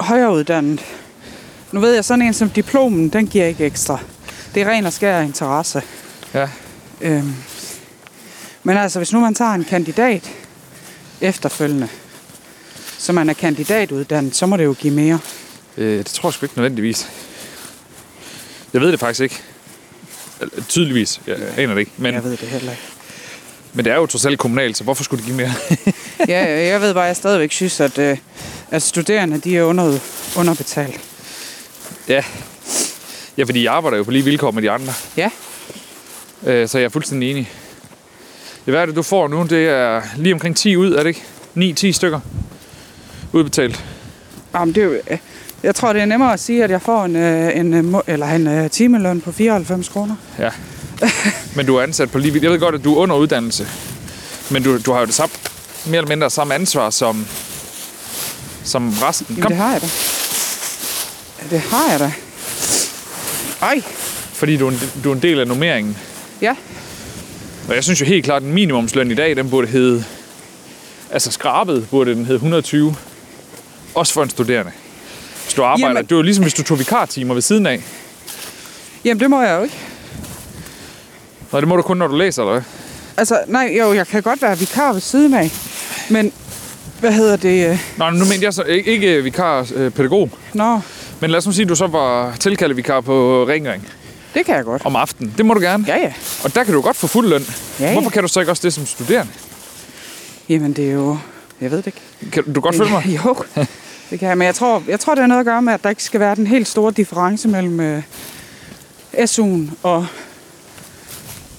Speaker 3: højere uddannet. Nu ved jeg, sådan en som diplomen, den giver ikke ekstra. Det er ren og skær interesse.
Speaker 2: Ja.
Speaker 3: Øhm. Men altså, hvis nu man tager en kandidat efterfølgende, så man er kandidatuddannet, så må det jo give mere.
Speaker 2: Øh, det tror jeg sgu ikke nødvendigvis. Jeg ved det faktisk ikke. Eller, Tydeligvis. Jeg aner det ikke. Men,
Speaker 3: Jeg ved det heller ikke.
Speaker 2: men det er jo trods alt kommunalt, så hvorfor skulle det give mere?
Speaker 3: ja, ja, jeg ved bare, at jeg stadigvæk synes, at, øh, at studerende de er under, underbetalt.
Speaker 2: ja. ja, fordi jeg arbejder jo på lige vilkår med de andre.
Speaker 3: Ja,
Speaker 2: Øh, så jeg er fuldstændig enig. Det værste, du får nu, det er lige omkring 10 ud, er det ikke? 9-10 stykker udbetalt.
Speaker 3: Jamen, det er jo, øh, jeg tror, det er nemmere at sige, at jeg får en, øh, en, øh, må- eller en øh, timeløn på 94 kroner.
Speaker 2: Ja. Men du er ansat på lige vilkår. Jeg ved godt, at du er under uddannelse. Men du, du har jo det samme, mere eller mindre samme ansvar som, som resten.
Speaker 3: Jamen, det har jeg da. Ja, Det har jeg da. Ej,
Speaker 2: Fordi du er, en, du er en del af normeringen.
Speaker 3: ja.
Speaker 2: Og jeg synes jo helt klart, at den minimumsløn i dag, den burde hedde... Altså skrabet burde den hedde 120. Også for en studerende. Hvis du arbejder...
Speaker 3: Jamen-
Speaker 2: Jamen. Det er jo ligesom, hvis du tog vikartimer ved siden af.
Speaker 3: Jamen, det må jeg jo ikke.
Speaker 2: Nå, det må du kun, når du læser, eller hvad?
Speaker 3: Altså, nej, jo, jeg kan godt være vikar ved siden af. Men, hvad hedder det? øh,
Speaker 2: Nå, men nu mente jeg så ikke, ikke øh, vikar øh, pædagog.
Speaker 3: Nå,
Speaker 2: Men lad os nu sige, at du så var tilkaldet vikar på Ring Ring
Speaker 3: det kan jeg godt.
Speaker 2: om aftenen. Det må du gerne.
Speaker 3: Ja, ja.
Speaker 2: Og der kan du godt få fuld løn.
Speaker 3: Ja, ja.
Speaker 2: Hvorfor kan du så ikke også det som studerende?
Speaker 3: Jamen, det er jo... Jeg ved det ikke.
Speaker 2: Kan du, du kan godt følge mig?
Speaker 3: Jo, det kan jeg. Men jeg tror, jeg tror, det har noget at gøre med, at der ikke skal være den helt store difference mellem øh, SU'en og,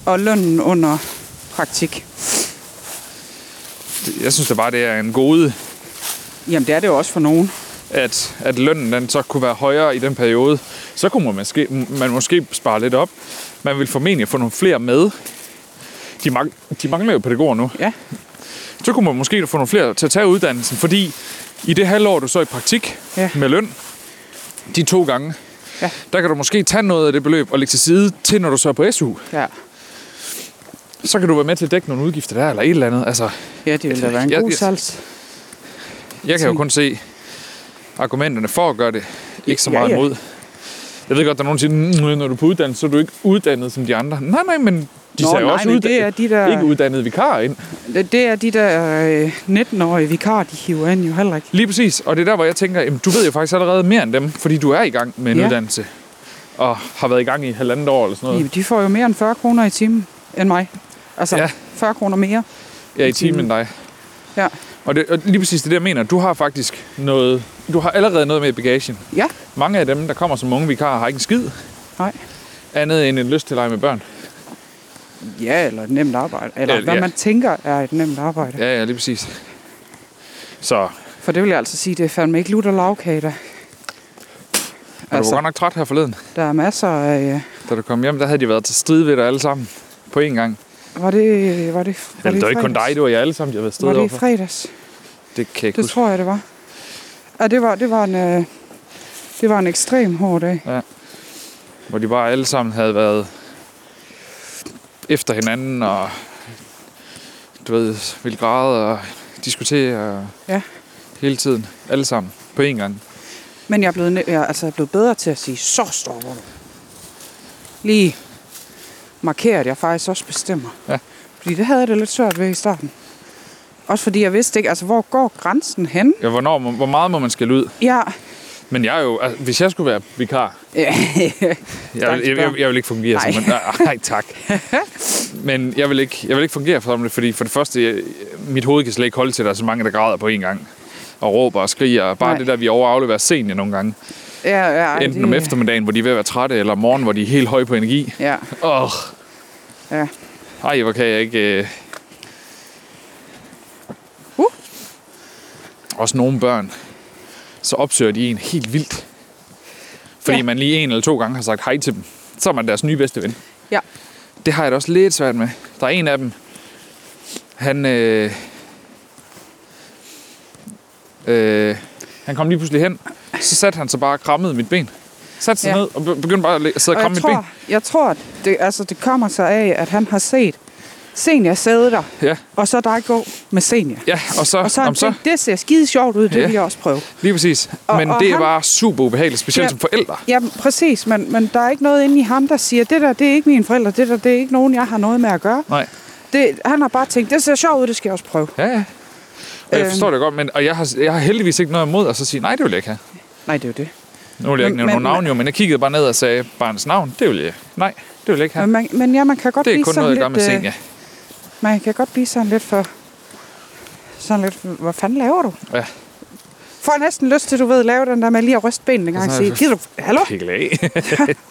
Speaker 3: og lønnen under praktik.
Speaker 2: Jeg synes da bare, det er en gode,
Speaker 3: Jamen, det er det jo også for nogen.
Speaker 2: at, at lønnen den så kunne være højere i den periode, så kunne man måske, man måske spare lidt op. Man vil formentlig få nogle flere med. De, mang, de mangler jo pædagoger nu.
Speaker 3: Ja,
Speaker 2: Så kunne man måske få nogle flere til at tage uddannelsen, fordi i det halvår, du så er i praktik
Speaker 3: Ja.
Speaker 2: ja. med løn, de to gange,
Speaker 3: Ja.
Speaker 2: ja. der kan du måske tage noget af det beløb og lægge til side til, når du så er på SU.
Speaker 3: ja.
Speaker 2: Så kan du være med til at dække nogle udgifter der, eller et eller andet. Altså,
Speaker 3: ja det ville da være en
Speaker 2: Jeg-
Speaker 3: god
Speaker 2: jeg-
Speaker 3: salgs.
Speaker 2: jeg kan jo kun se argumenterne for at gøre det. Ikke så
Speaker 3: Ja,
Speaker 2: meget
Speaker 3: ja.
Speaker 2: imod. Jeg ved godt, der er nogen, der siger, "Mm, når du er på uddannelse, så er du ikke uddannet som de andre. Nej, nej, men de
Speaker 3: Nå,
Speaker 2: sagde jo
Speaker 3: nej,
Speaker 2: også
Speaker 3: men
Speaker 2: udda-
Speaker 3: det er de der-
Speaker 2: ikke uddannede vikarer ind.
Speaker 3: Det er de der øh, 19-årige vikarer, de hiver ind jo heller ikke.
Speaker 2: Lige præcis, og det er der, hvor jeg tænker, jamen, du ved jo faktisk allerede mere end dem, fordi du er i gang med en
Speaker 3: Ja.
Speaker 2: ja. uddannelse, og har været i gang i halvandet år eller sådan noget.
Speaker 3: Jamen, de får jo mere end 40 kroner i timen end mig. Altså, ja.
Speaker 2: Ja.
Speaker 3: 40 kroner mere.
Speaker 2: Ja, i timen end dig.
Speaker 3: Ja.
Speaker 2: Og, det, og lige præcis det, der jeg mener. Du har faktisk noget... Du har allerede noget med i bagagen.
Speaker 3: Ja,
Speaker 2: Mange af dem, der kommer som unge vikarer, har ikke en skid
Speaker 3: nej.
Speaker 2: andet end en lyst til at lege med børn.
Speaker 3: Ja, eller et nemt arbejde. Eller ja,
Speaker 2: Ja,
Speaker 3: hvad ja.
Speaker 2: ja.
Speaker 3: man tænker er et nemt arbejde. Ja.
Speaker 2: Ja, ja, lige præcis. Så
Speaker 3: For det vil jeg altså sige, det er fandme ikke lutter lavkage, der.
Speaker 2: er altså. du var godt nok træt her forleden.
Speaker 3: der er masser af... øh,
Speaker 2: Da du kom hjem, der havde de været til strid ved dig alle sammen. På én gang.
Speaker 3: Var det... Var det, var
Speaker 2: Jamen, det var ikke kun
Speaker 3: fredags?
Speaker 2: dig, det var jer alle sammen, jeg havde været strid
Speaker 3: Var det i
Speaker 2: overfor.
Speaker 3: fredags?
Speaker 2: Det kan jeg ikke
Speaker 3: Det
Speaker 2: huske.
Speaker 3: tror jeg, det var. Ja, det var, det var en... Øh, det var en ekstrem hård dag.
Speaker 2: Hvor de bare alle sammen havde været efter hinanden og du ved, ville græde og diskutere og
Speaker 3: Ja.
Speaker 2: hele tiden. Alle sammen. På én gang.
Speaker 3: Men jeg er blevet, ne- jeg, er- altså, jeg er blevet bedre til at sige, så stopper du. Lige markere, at jeg faktisk også bestemmer.
Speaker 2: Ja.
Speaker 3: Fordi det havde jeg det lidt svært ved i starten. Også fordi jeg vidste ikke, altså hvor går grænsen hen?
Speaker 2: Ja, hvornår, må- hvor meget må man skælde ud?
Speaker 3: Ja,
Speaker 2: Men jeg er jo, altså, hvis jeg skulle være vikar, jeg,
Speaker 3: Stakkels
Speaker 2: vil- jeg, jeg, jeg vil ikke fungere
Speaker 3: Nej.
Speaker 2: som en, nej, nej, tak. Men jeg vil, ikke, jeg vil ikke fungere som det, fordi for det første, jeg, mit hoved kan slet ikke holde til, at der er så mange, der græder på én gang. Og råber og skriger. og Bare
Speaker 3: Nej.
Speaker 2: nej. det der, vi overafleverer sent nogle gange.
Speaker 3: ja, ja,
Speaker 2: Enten om eftermiddagen, hvor de er ved at være trætte, eller om morgenen, hvor de er helt høje på energi.
Speaker 3: Ja,
Speaker 2: Åh, oh,
Speaker 3: ja.
Speaker 2: ej, hvor kan jeg ikke... Øh...
Speaker 3: Uh.
Speaker 2: Også nogle børn, så opsøger de en helt vildt. Fordi
Speaker 3: Ja.
Speaker 2: ja. man lige en eller to gange har sagt hej til dem. Så er man deres nye bedste ven.
Speaker 3: Ja.
Speaker 2: Det har jeg da også lidt svært med. Der er en af dem, han... Øh... Øh... Han kom lige pludselig hen, så satte han sig bare og krammede mit ben. Satte sig
Speaker 3: Ja.
Speaker 2: ja. ned og be- begyndte bare at læ- sidde og,
Speaker 3: Og
Speaker 2: kramme
Speaker 3: jeg
Speaker 2: mit ben.
Speaker 3: tror, jeg tror at det, altså, det kommer sig af, at han har set senior sidde der,
Speaker 2: Ja,
Speaker 3: og så dig gå med senior.
Speaker 2: ja, og så,
Speaker 3: Og så, har han
Speaker 2: om så
Speaker 3: tænkt, det ser skide sjovt ud, det
Speaker 2: Ja.
Speaker 3: vil jeg også prøve.
Speaker 2: Lige præcis.
Speaker 3: Og-
Speaker 2: men
Speaker 3: og
Speaker 2: det er
Speaker 3: han-
Speaker 2: bare super ubehageligt, specielt
Speaker 3: Ja.
Speaker 2: som forældre.
Speaker 3: Ja, præcis, men, men der er ikke noget inde i ham, der siger, det der, det er ikke mine forældre, det der, det er ikke nogen, jeg har noget med at gøre.
Speaker 2: Nej.
Speaker 3: Det, han har bare tænkt, det ser sjovt ud, det skal jeg også prøve.
Speaker 2: Ja, ja. Og jeg
Speaker 3: Øhm.
Speaker 2: forstår det godt, men, og jeg har, jeg har heldigvis ikke noget imod at så sige, nej, det vil jeg ikke have.
Speaker 3: Nej, det er jo det.
Speaker 2: Nu vil jeg ikke
Speaker 3: Men-
Speaker 2: nævne nogen
Speaker 3: men-
Speaker 2: navn, jo, men jeg kiggede bare ned og sagde barnets navn. Det vil jeg. Nej, det vil jeg ikke
Speaker 3: Ja.
Speaker 2: have.
Speaker 3: Men, man, men ja, man kan godt
Speaker 2: Det er
Speaker 3: blive
Speaker 2: kun
Speaker 3: sådan
Speaker 2: noget, jeg gør
Speaker 3: lidt...
Speaker 2: med Senja.
Speaker 3: øh, man kan godt blive sådan lidt for... Sådan lidt, hvad fanden laver du?
Speaker 2: Ja.
Speaker 3: Får næsten lyst til, du ved, lave den der med lige at ryste benene en gang og
Speaker 2: Sådan
Speaker 3: sige,
Speaker 2: er-
Speaker 3: gider du, hallo,
Speaker 2: Pikkel af.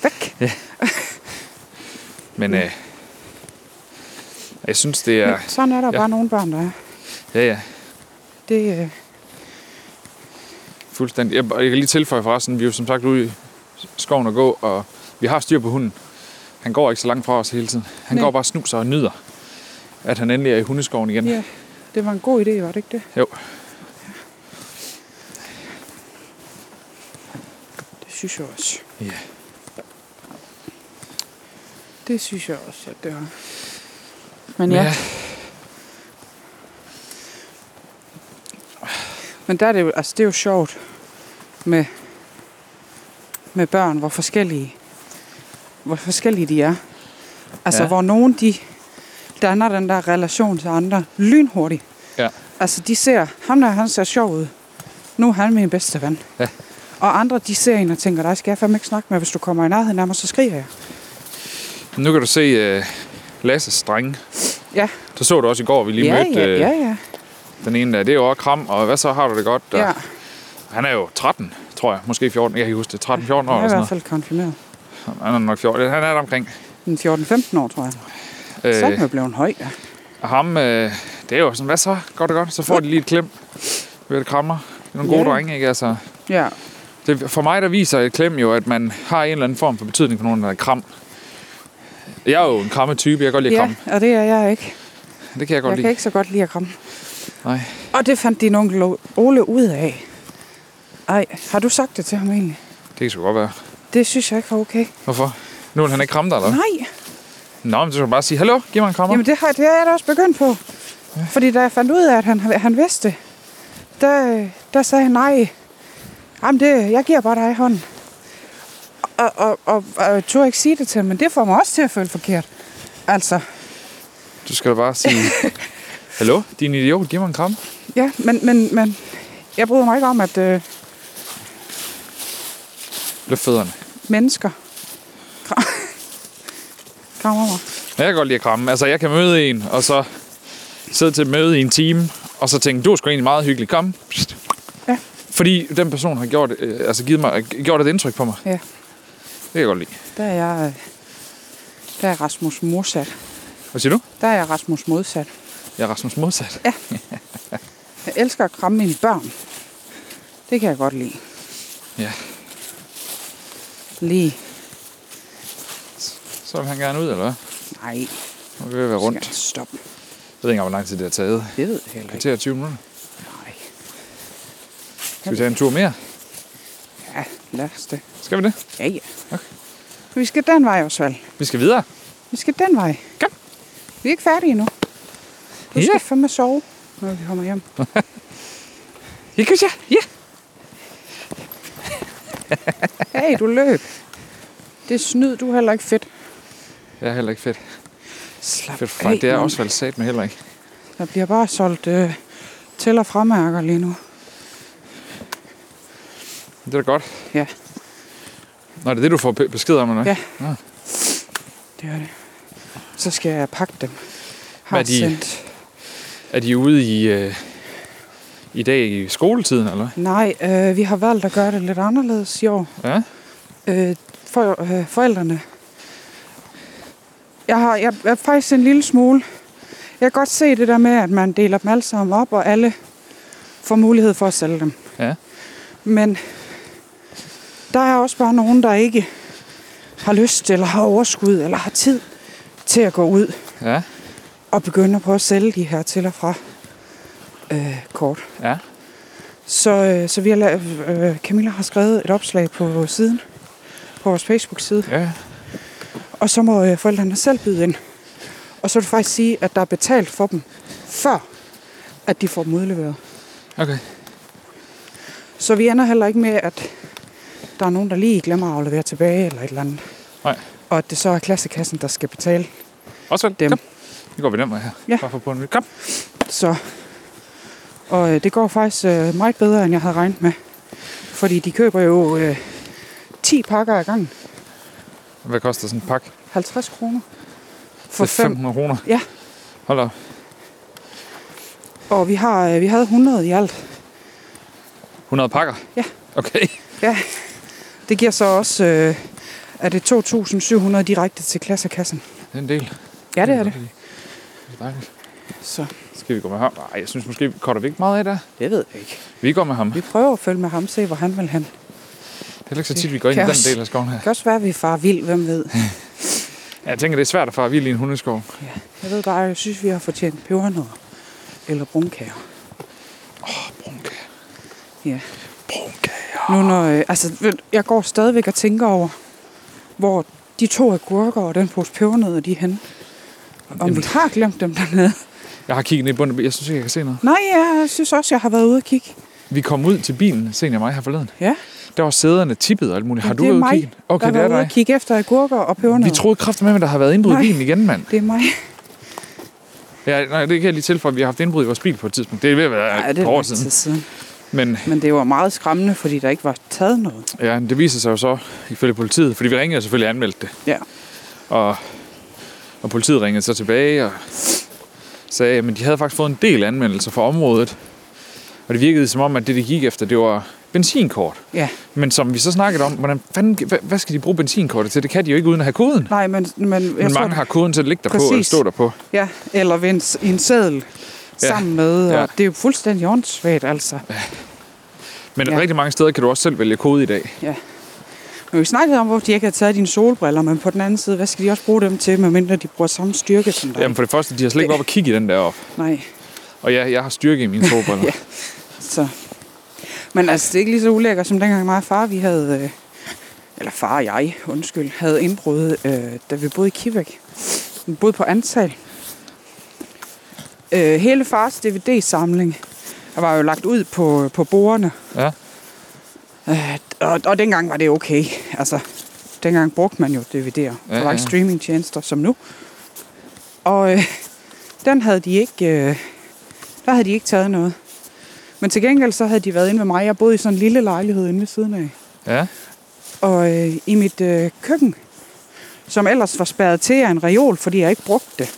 Speaker 3: væk.
Speaker 2: men øh, jeg synes, det er...
Speaker 3: Sådan er der ja.
Speaker 2: Ja.
Speaker 3: bare nogle børn, der er.
Speaker 2: Ja, ja.
Speaker 3: Det, øh,
Speaker 2: Fuldstændig. Jeg, og jeg kan lige tilføje forresten, vi er jo som sagt ude i skoven og gå, og vi har styr på hunden. Han går ikke så langt fra os hele tiden. Han
Speaker 3: Nej.
Speaker 2: går bare og snuser og nyder, at han endelig er i hundeskoven igen.
Speaker 3: ja, det var en god idé, var det ikke det?
Speaker 2: Jo,
Speaker 3: Det synes jeg også.
Speaker 2: Ja.
Speaker 3: Det synes jeg også, at det var. Men ja, ja. men der er det, jo, altså, det er jo sjovt med, med børn, hvor forskellige, hvor forskellige de er. Altså, ja.
Speaker 2: Ja.
Speaker 3: hvor nogen de danner den der relation til andre lynhurtigt.
Speaker 2: Ja.
Speaker 3: Altså, de ser, ham der, han ser sjov ud. Nu er han min bedste ven.
Speaker 2: Ja.
Speaker 3: Og andre, de ser en og tænker, dig skal jeg fandme ikke snakke med, hvis du kommer i nærheden af mig, så skriger jeg.
Speaker 2: Nu kan du se uh, Lasses drenge.
Speaker 3: Ja,
Speaker 2: Der så du også i går, vi lige
Speaker 3: ja,
Speaker 2: mødte
Speaker 3: ja,
Speaker 2: øh,
Speaker 3: ja, ja.
Speaker 2: den ene der. Det er jo også kram, og hvad så har du det godt? Og
Speaker 3: ja.
Speaker 2: Han er jo 13, tror jeg. Måske 14, jeg kan ikke huske det. 13-14 år eller sådan
Speaker 3: Han er i hvert
Speaker 2: noget.
Speaker 3: fald konfirmeret.
Speaker 2: Han er nok 14. Han er der omkring.
Speaker 3: En 14-15 år, tror jeg. Så er
Speaker 2: Øh,
Speaker 3: den blevet en høj. ja.
Speaker 2: og ham, øh, det er jo sådan, hvad så? Går det godt? Så får de lige et klem ved et krammer. Det er nogle gode
Speaker 3: Ja.
Speaker 2: drenge, ikke? Altså,
Speaker 3: Ja,
Speaker 2: det, for mig, der viser et klem jo, at man har en eller anden form for betydning for nogen, der er kram. Jeg er jo en kramme type, jeg kan godt lide at kramme.
Speaker 3: ja og det er jeg ikke.
Speaker 2: Det kan jeg godt
Speaker 3: Jeg
Speaker 2: lide.
Speaker 3: kan ikke så godt lide at kramme.
Speaker 2: Nej.
Speaker 3: Og det fandt din onkel Ole ud af. Ej, har du sagt det til ham egentlig?
Speaker 2: Det kan sgu godt være.
Speaker 3: Det synes jeg ikke var okay.
Speaker 2: Hvorfor? Nu vil han ikke kramme dig, eller hvad?
Speaker 3: Nej,
Speaker 2: Nå, men så skal du bare sige, hallo, giv mig en krammer.
Speaker 3: jamen det, har, det er jeg da også begyndt på. Fordi da jeg fandt ud af, at han, han vidste det, der, der sagde han nej. Jamen det, jeg giver bare dig hånden. og, og, og, og jeg turde ikke sige det til ham, men det får mig også til at føle forkert. Altså,
Speaker 2: Du skal da bare sige, hallo, din idiot, giv mig en kram.
Speaker 3: ja, men, men, men jeg bryder mig ikke om, at øh,
Speaker 2: Løft fødderne.
Speaker 3: mennesker kram- krammer mig.
Speaker 2: Ja, jeg kan godt lide at kramme. Altså, jeg kan møde en, og så sidde til et møde i en time, og så tænke, du er sgu egentlig meget hyggelig, kom. Pst.
Speaker 3: Ja.
Speaker 2: Fordi den person har gjort, øh, altså givet mig, gjort et indtryk på mig.
Speaker 3: Ja,
Speaker 2: Det kan jeg godt lide.
Speaker 3: der er jeg, øh, der er Rasmus modsat.
Speaker 2: Hvad siger du?
Speaker 3: Der er jeg Rasmus modsat.
Speaker 2: Jeg er Rasmus modsat.
Speaker 3: Jeg elsker at kramme mine børn. Det kan jeg godt lide.
Speaker 2: Ja.
Speaker 3: Lige.
Speaker 2: Så vil han gerne ud, eller hvad?
Speaker 3: Nej,
Speaker 2: Nu kan vi være rundt.
Speaker 3: skal stop.
Speaker 2: Jeg ved ikke engang, hvor lang tid det har taget.
Speaker 3: Det ved jeg heller ikke.
Speaker 2: Kvarter og 20 minutter.
Speaker 3: Nej.
Speaker 2: Skal vi tage en tur mere?
Speaker 3: Ja, lad os det.
Speaker 2: Skal vi det?
Speaker 3: Ja, ja. Okay. Vi skal den vej, Osvald.
Speaker 2: Vi skal videre.
Speaker 3: Vi skal den vej.
Speaker 2: Kom.
Speaker 3: Vi er ikke færdige endnu. Du
Speaker 2: Ja.
Speaker 3: skal fandme sove, når vi kommer hjem.
Speaker 2: Jeg kan se. Ja.
Speaker 3: Hey, du løb. Det er snyd, du er heller ikke fedt.
Speaker 2: Jeg er heller ikke fedt.
Speaker 3: Slap
Speaker 2: Fedt for Det er
Speaker 3: mand.
Speaker 2: også valgt sat med heller ikke.
Speaker 3: Der bliver bare solgt øh, til- og fremærker lige nu.
Speaker 2: Det er da godt.
Speaker 3: Ja,
Speaker 2: Nå, det er det, du får be- besked om, eller hvad?
Speaker 3: Ja. det er det. Så skal jeg pakke dem.
Speaker 2: Hvad er de? Er de ude i, øh, i dag i skoletiden, eller hvad?
Speaker 3: Nej, øh, vi har valgt at gøre det lidt anderledes i år.
Speaker 2: Ja.
Speaker 3: øh, for, øh, forældrene. Jeg har jeg, jeg er faktisk en lille smule... Jeg kan godt se det der med, at man deler dem alle sammen op, og alle får mulighed for at sælge dem.
Speaker 2: Ja.
Speaker 3: Men der er også bare nogen, der ikke har lyst, eller har overskud, eller har tid til at gå ud
Speaker 2: Ja.
Speaker 3: og begynde at prøve at sælge de her til og fra øh, kort.
Speaker 2: Ja.
Speaker 3: Så, øh, så vi har, la- øh, Camilla har skrevet et opslag på siden, på vores Facebook-side,
Speaker 2: Ja.
Speaker 3: og så må øh, forældrene selv byde ind. Og så vil du faktisk sige, at der er betalt for dem, før at de får dem udleveret.
Speaker 2: Okay.
Speaker 3: Så vi ender heller ikke med, at der er nogen, der lige glemmer at aflevere tilbage eller et eller andet.
Speaker 2: Nej.
Speaker 3: Og at det så er klassekassen, der skal betale.
Speaker 2: Også vel.
Speaker 3: Dem.
Speaker 2: Kom. Nu går vi den vej her.
Speaker 3: Ja.
Speaker 2: Bare for på en ny. Kom.
Speaker 3: Så. Og øh, det går faktisk øh, meget bedre, end jeg havde regnet med. Fordi de køber jo øh, 10 pakker ad gangen.
Speaker 2: Hvad koster sådan en pakke?
Speaker 3: 50 kroner. For
Speaker 2: For
Speaker 3: fem.
Speaker 2: 500 kroner.
Speaker 3: Ja.
Speaker 2: Hold op.
Speaker 3: Og vi, har, øh, vi havde 100 i alt.
Speaker 2: 100 pakker?
Speaker 3: Ja.
Speaker 2: Okay.
Speaker 3: Ja. Det giver så også, øh, er det 2.700 direkte til klassekassen.
Speaker 2: Det er en del.
Speaker 3: Ja, det er det.
Speaker 2: Det er dejligt.
Speaker 3: Så
Speaker 2: Skal vi gå med ham? Nej, jeg synes måske, korter vi ikke meget af der.
Speaker 3: det ved jeg ikke.
Speaker 2: Vi går med ham.
Speaker 3: Vi
Speaker 2: Det
Speaker 3: prøver at følge med ham, se hvor han vil hen.
Speaker 2: er heller ikke så tit, vi går ind i
Speaker 3: Kan
Speaker 2: den
Speaker 3: også-
Speaker 2: del af skoven her.
Speaker 3: Det kan også være, at vi farer vild, hvem ved.
Speaker 2: Ja, Jeg tænker, det er svært at fare vild i en hundeskov.
Speaker 3: Jeg ved bare, jeg synes, vi har fortjent pebernødder. Eller brunkager.
Speaker 2: Brunkager.
Speaker 3: Ja.
Speaker 2: Brunkager.
Speaker 3: Nu når, øh, altså, ved- jeg går stadigvæk og tænker over, hvor de to agurker og den pose pebernødder, de er henne. Om vi har glemt dem dernede.
Speaker 2: Jeg har kigget ned i bunden. Jeg synes ikke, jeg kan se noget.
Speaker 3: Nej, jeg synes også, jeg har været ude og kigge.
Speaker 2: Vi kom ud til bilen, senior og mig her forleden.
Speaker 3: Ja,
Speaker 2: Der var sæderne tippet og alt muligt. Har
Speaker 3: Men
Speaker 2: du
Speaker 3: det
Speaker 2: været
Speaker 3: er
Speaker 2: ude og
Speaker 3: mig,
Speaker 2: kigge? Okay,
Speaker 3: der
Speaker 2: det
Speaker 3: var
Speaker 2: er
Speaker 3: ude
Speaker 2: dig.
Speaker 3: og kigge efter agurker og pebernødder.
Speaker 2: Vi troede kraftigt med, at der har været indbrud i
Speaker 3: Nej.
Speaker 2: bilen igen, mand.
Speaker 3: Det er mig.
Speaker 2: Ja, nej, det kan jeg lige tilføje. at Vi har haft indbrud i vores bil på et tidspunkt. Det er ved at være
Speaker 3: Ja,
Speaker 2: ja,
Speaker 3: det
Speaker 2: et
Speaker 3: er
Speaker 2: par år
Speaker 3: lang tid
Speaker 2: siden.
Speaker 3: siden.
Speaker 2: Men
Speaker 3: Men det var meget skræmmende, fordi der ikke var taget noget.
Speaker 2: ja, det viser sig jo så ifølge politiet, fordi vi ringede og selvfølgelig anmeldte det.
Speaker 3: Ja.
Speaker 2: Og, og politiet ringede så tilbage og sagde, at de havde faktisk fået en del anmeldelser fra området. Og det virkede som om, at det, de gik efter, det var benzinkort.
Speaker 3: Ja.
Speaker 2: Men som vi så snakkede om, hvordan fanden, hvad, hvad skal de bruge benzinkortet til? Det kan de jo ikke uden at have koden.
Speaker 3: Nej, men, men, jeg
Speaker 2: Men mange har koden til at ligge der på eller
Speaker 3: Præcis.
Speaker 2: stå der på.
Speaker 3: Ja, eller ved en, s- en seddel ja. sammen med. Og
Speaker 2: Ja.
Speaker 3: ja. Det er jo fuldstændig åndssvagt, altså.
Speaker 2: Men ja.
Speaker 3: Ja.
Speaker 2: rigtig mange steder kan du også selv vælge kode i dag.
Speaker 3: Ja. Men vi snakkede om, hvor de ikke havde taget dine solbriller, men på den anden side, hvad skal de også bruge dem til, medmindre de bruger samme styrke som dig?
Speaker 2: Jamen for det første, de har slet ikke
Speaker 3: Det-
Speaker 2: op at kigge i den der op.
Speaker 3: Nej,
Speaker 2: Og ja, jeg har styrke i mine solbriller. ja.
Speaker 3: så... Men altså, det er ikke lige så ulækkert, som dengang mig og far, vi havde... øh, Eller far og jeg, undskyld, havde indbrud, øh, da vi boede i Kibæk. Vi boede på antal. Øh, hele fars DVD-samling var jo lagt ud på, på bordene.
Speaker 2: ja.
Speaker 3: Øh, og, og dengang var det okay. Altså, Dengang brugte man jo DVD'er. Ja, ja. Der var ikke
Speaker 2: ja.
Speaker 3: streamingtjenester som nu. Og øh, den havde de ikke... Øh, der havde de ikke taget noget. Men til gengæld så havde de været inde ved mig. Jeg boede i sådan en lille lejlighed inde ved siden af.
Speaker 2: Ja.
Speaker 3: Og øh, i mit øh, køkken, som ellers var spærret til af en reol, fordi jeg ikke brugte det,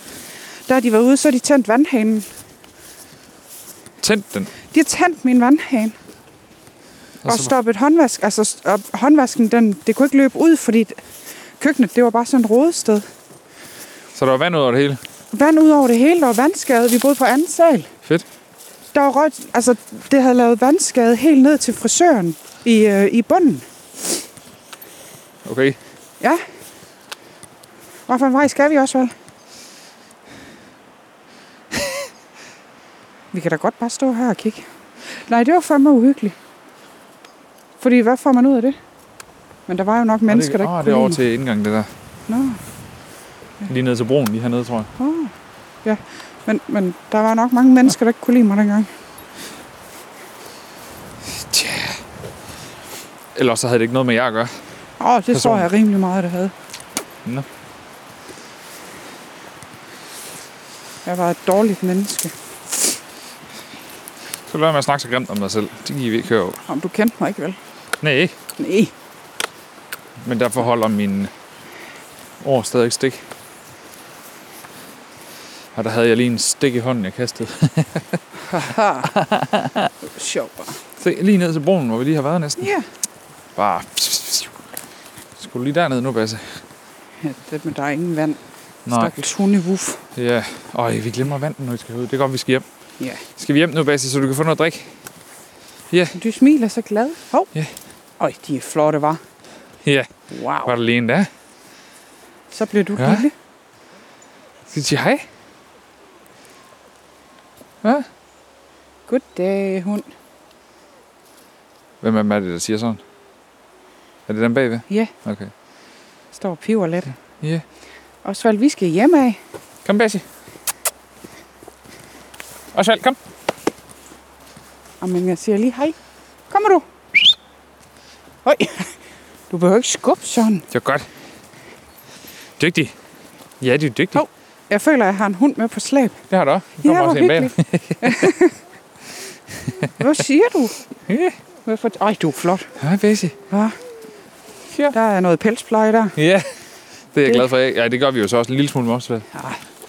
Speaker 3: der har de været ude, så har de tændt vandhanen.
Speaker 2: Tænd den.
Speaker 3: De har tændt min vandhane. Og, og
Speaker 2: så-
Speaker 3: stoppet håndvask. Altså, st- og håndvasken, den, det kunne ikke løbe ud, fordi d- køkkenet, det var bare sådan et rodested.
Speaker 2: Så der var vand ud over det hele.
Speaker 3: Vand ud over det hele, der var vandskade. Vi boede på anden sal.
Speaker 2: Fedt.
Speaker 3: Der var rødt, altså, det havde lavet vandskade helt ned til frisøren i, øh, i bunden.
Speaker 2: Okay.
Speaker 3: Ja. Hvorfor en vej skal vi også, vel? vi kan da godt bare stå her og kigge. Nej, det var fandme uhyggeligt. Fordi hvad får man ud af det? Men der var jo nok mennesker,
Speaker 2: Åh, det,
Speaker 3: der
Speaker 2: åh,
Speaker 3: ikke
Speaker 2: det er over
Speaker 3: lide
Speaker 2: til indgangen, det der.
Speaker 3: mig. Nå.
Speaker 2: Lige ned til broen, lige hernede, tror jeg.
Speaker 3: Oh. Ja, men, men der var nok mange mennesker, der ikke kunne lide mig dengang.
Speaker 2: Tja. Ellers så havde det ikke noget med jer at gøre.
Speaker 3: Åh, oh, det tror
Speaker 2: Personligt.
Speaker 3: jeg rimelig meget, det havde.
Speaker 2: Nå.
Speaker 3: Jeg var et dårligt menneske.
Speaker 2: Så lad være med at snakke så grimt om dig selv. Det kan I ikke høre over.
Speaker 3: Om du kendte mig ikke, vel?
Speaker 2: Nej,
Speaker 3: Nej.
Speaker 2: men derfor holder min år stadig stik. Og der havde jeg lige en stik i hånden, jeg kastede.
Speaker 3: Sjov bare.
Speaker 2: Se, lige ned til broen, hvor vi lige har været næsten.
Speaker 3: Ja.
Speaker 2: Bare... Skulle lige derned nu, Basse?
Speaker 3: ja det, men der er ingen vand.
Speaker 2: Nej.
Speaker 3: Stakkels hundevuf.
Speaker 2: Ja. Øj, vi glemmer vandet, når vi skal ud. Det er godt, vi skal hjem.
Speaker 3: Ja.
Speaker 2: Skal vi hjem nu, Basse, så du kan få noget at drikke?
Speaker 3: Du smiler så glad. Hov.
Speaker 2: Ja.
Speaker 3: Øj, de er flotte, var.
Speaker 2: Ja, var
Speaker 3: Wow.
Speaker 2: der lige en der?
Speaker 3: Så bliver du
Speaker 2: Ja.
Speaker 3: lille.
Speaker 2: Skal du sige hej? Hvad?
Speaker 3: Goddag, hund.
Speaker 2: Hvem er det, der siger sådan? Er det den bagved?
Speaker 3: Ja,
Speaker 2: Okay.
Speaker 3: står og piver lidt.
Speaker 2: Ja. Yeah.
Speaker 3: Osvald, vi skal hjem af.
Speaker 2: Kom, Basse. Osvald, kom.
Speaker 3: Jamen, jeg siger lige hej. Kommer du? Øj. Du behøver ikke skubbe sådan.
Speaker 2: Det var godt. Dygtig. Ja, du er dygtig.
Speaker 3: Hov. Jeg føler, at jeg har en hund med på slæb.
Speaker 2: Det har du også. Du
Speaker 3: Ja, hvor
Speaker 2: også en bag dig.
Speaker 3: hyggeligt. Hvad siger du?
Speaker 2: Ja.
Speaker 3: Hvorfor? Ej, du er flot.
Speaker 2: Hej, Basse.
Speaker 3: Ja.
Speaker 2: Ja.
Speaker 3: Der er noget pelspleje der.
Speaker 2: Ja, det er jeg glad for. Ja, det gør vi jo så også en lille smule med Osvald.
Speaker 3: Ja.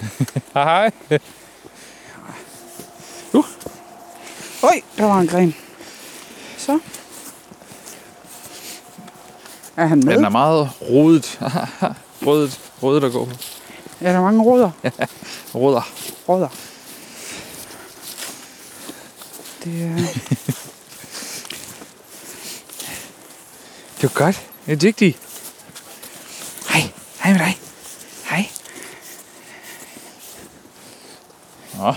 Speaker 2: Hej, hej.
Speaker 3: Oj, der var en gren. Så. Er han med?
Speaker 2: Ja, den er meget rodet. rodet, rodet at gå på.
Speaker 3: Ja, der er mange råder.
Speaker 2: Roder.
Speaker 3: Råder. Det er...
Speaker 2: Det var godt. Jeg er dygtig. Hej. Hej med dig. Hej. Nå,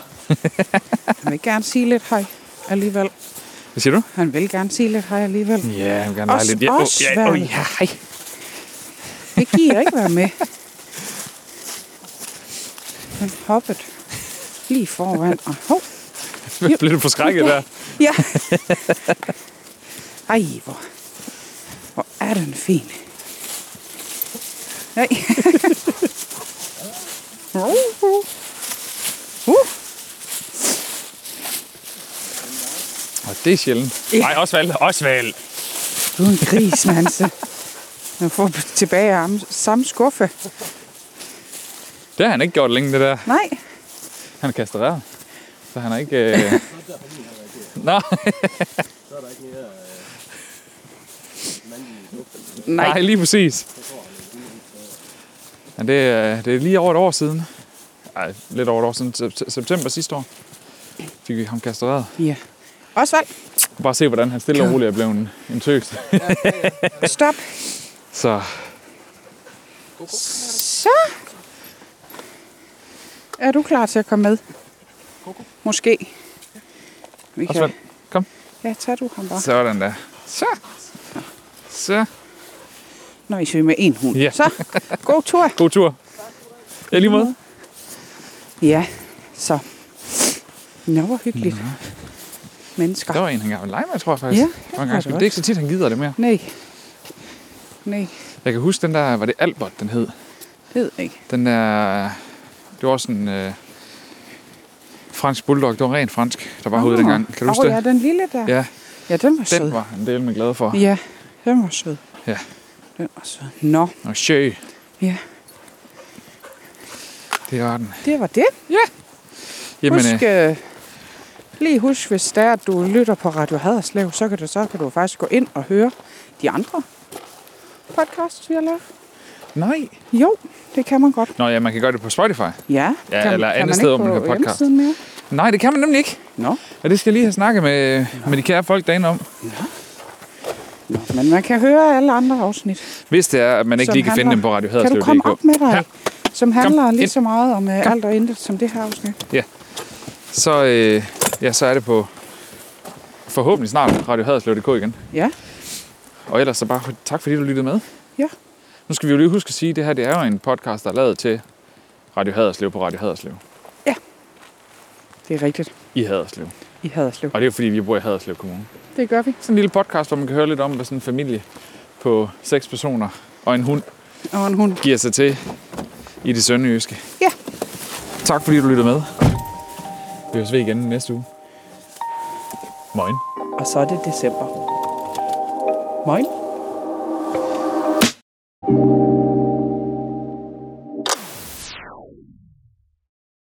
Speaker 3: Han vil gerne sige lidt hej alligevel.
Speaker 2: hvad siger du?
Speaker 3: Han vil gerne sige lidt hej alligevel.
Speaker 2: Ja, jeg vil gerne lege
Speaker 3: Os-
Speaker 2: lidt. Ja, åh, ja, åh,
Speaker 3: Osvald.
Speaker 2: ja, hej.
Speaker 3: Det giver ikke være med. Han hoppet lige foran. Og hov.
Speaker 2: Blev du forskrækket der?
Speaker 3: Ja. Ej, hvor, hvor er den fin. Nej. uh.
Speaker 2: Og det er sjældent. Nej, Osvald. Osvald.
Speaker 3: Du er en gris, Nanse. Nu får du tilbage arme, samme skuffe.
Speaker 2: Det har han ikke gjort længe, det der.
Speaker 3: Nej,
Speaker 2: Han er kastreret. Så han er ikke... Øh... Nå,
Speaker 3: nej.
Speaker 2: nej, lige præcis. Men det, er- det er lige over et år siden. Ej, lidt over et år siden. Sep- September sidste år fik vi ham kastreret.
Speaker 3: Ja. Osvald,
Speaker 2: Bare se, hvordan han stille og roligt er blevet en, en tøs.
Speaker 3: stop.
Speaker 2: Så
Speaker 3: Så er du klar til at komme med. Måske. Vi
Speaker 2: Osvald, kom.
Speaker 3: Ja, tag du ham bare.
Speaker 2: Sådan der. Så. Så.
Speaker 3: Når I søger med en hund.
Speaker 2: Ja.
Speaker 3: Så, god tur.
Speaker 2: God tur. Ja, lige måde.
Speaker 3: Ja, så. Nå, hvor hyggeligt. Mennesker.
Speaker 2: Der var en, han gerne ville lege med, tror jeg faktisk.
Speaker 3: Ja,
Speaker 2: det var en
Speaker 3: det var
Speaker 2: gang, skyld.
Speaker 3: det
Speaker 2: det er ikke så tit, han gider det mere.
Speaker 3: Nej. Nej.
Speaker 2: Jeg kan huske den der, var det Albert, den hed?
Speaker 3: Det ved jeg ikke.
Speaker 2: Den der, det var sådan en øh, fransk bulldog. Det var rent fransk, der var hovedet dengang. Kan du huske
Speaker 3: oh,
Speaker 2: det?
Speaker 3: ja, den lille der. Ja,
Speaker 2: Ja,
Speaker 3: ja den var sød.
Speaker 2: den var en del med glad for.
Speaker 3: Ja, den var sød.
Speaker 2: Ja.
Speaker 3: Den var sød. Nå,
Speaker 2: Og sjø,
Speaker 3: ja.
Speaker 2: det var den.
Speaker 3: Det var det.
Speaker 2: Jamen, øh,
Speaker 3: husk, øh, lige husk, hvis der at du lytter på Radio Haderslev, så kan, du, så kan du faktisk gå ind og høre de andre podcasts, vi har lavet.
Speaker 2: nej.
Speaker 3: Jo, det kan man godt.
Speaker 2: Nå ja, man kan gøre det på Spotify.
Speaker 3: Ja,
Speaker 2: Ja,
Speaker 3: kan,
Speaker 2: eller
Speaker 3: kan
Speaker 2: andet
Speaker 3: man
Speaker 2: sted,
Speaker 3: ikke
Speaker 2: hvor man
Speaker 3: på
Speaker 2: hører podcast.
Speaker 3: hjemmesiden Mere?
Speaker 2: Nej, det kan man nemlig ikke.
Speaker 3: Nå.
Speaker 2: Og det skal jeg lige have snakket med, øh, med de kære folk derinde om.
Speaker 3: Nå, men man kan høre alle andre afsnit.
Speaker 2: Hvis det er, at man ikke
Speaker 3: Som
Speaker 2: lige kan finde
Speaker 3: handler-
Speaker 2: dem på Radio
Speaker 3: Kan du komme op med dig,
Speaker 2: Ja.
Speaker 3: som handler
Speaker 2: Kom
Speaker 3: lige
Speaker 2: ind.
Speaker 3: så meget om uh, alt og intet som det her afsnit?
Speaker 2: Så, øh, ja, så er det på forhåbentlig snart Radio Haderslev.dk igen.
Speaker 3: Ja,
Speaker 2: Og ellers så bare tak, fordi du lyttede med.
Speaker 3: Ja.
Speaker 2: Nu skal vi jo lige huske at sige, at det her det er jo en podcast, der er lavet til Radio Haderslev på Radio Haderslev.
Speaker 3: det er rigtigt.
Speaker 2: I Haderslev.
Speaker 3: I Haderslev.
Speaker 2: Og det er jo fordi, vi bor i Haderslev Kommune.
Speaker 3: Det gør vi.
Speaker 2: Sådan en lille podcast, hvor man kan høre lidt om, hvad sådan en familie på seks personer og en hund
Speaker 3: Og en hund.
Speaker 2: giver sig til i det sønderjyske.
Speaker 3: Ja.
Speaker 2: Tak fordi du lyttede med. Vi høres ved igen næste uge. Moin.
Speaker 3: Og så er det december. Moin.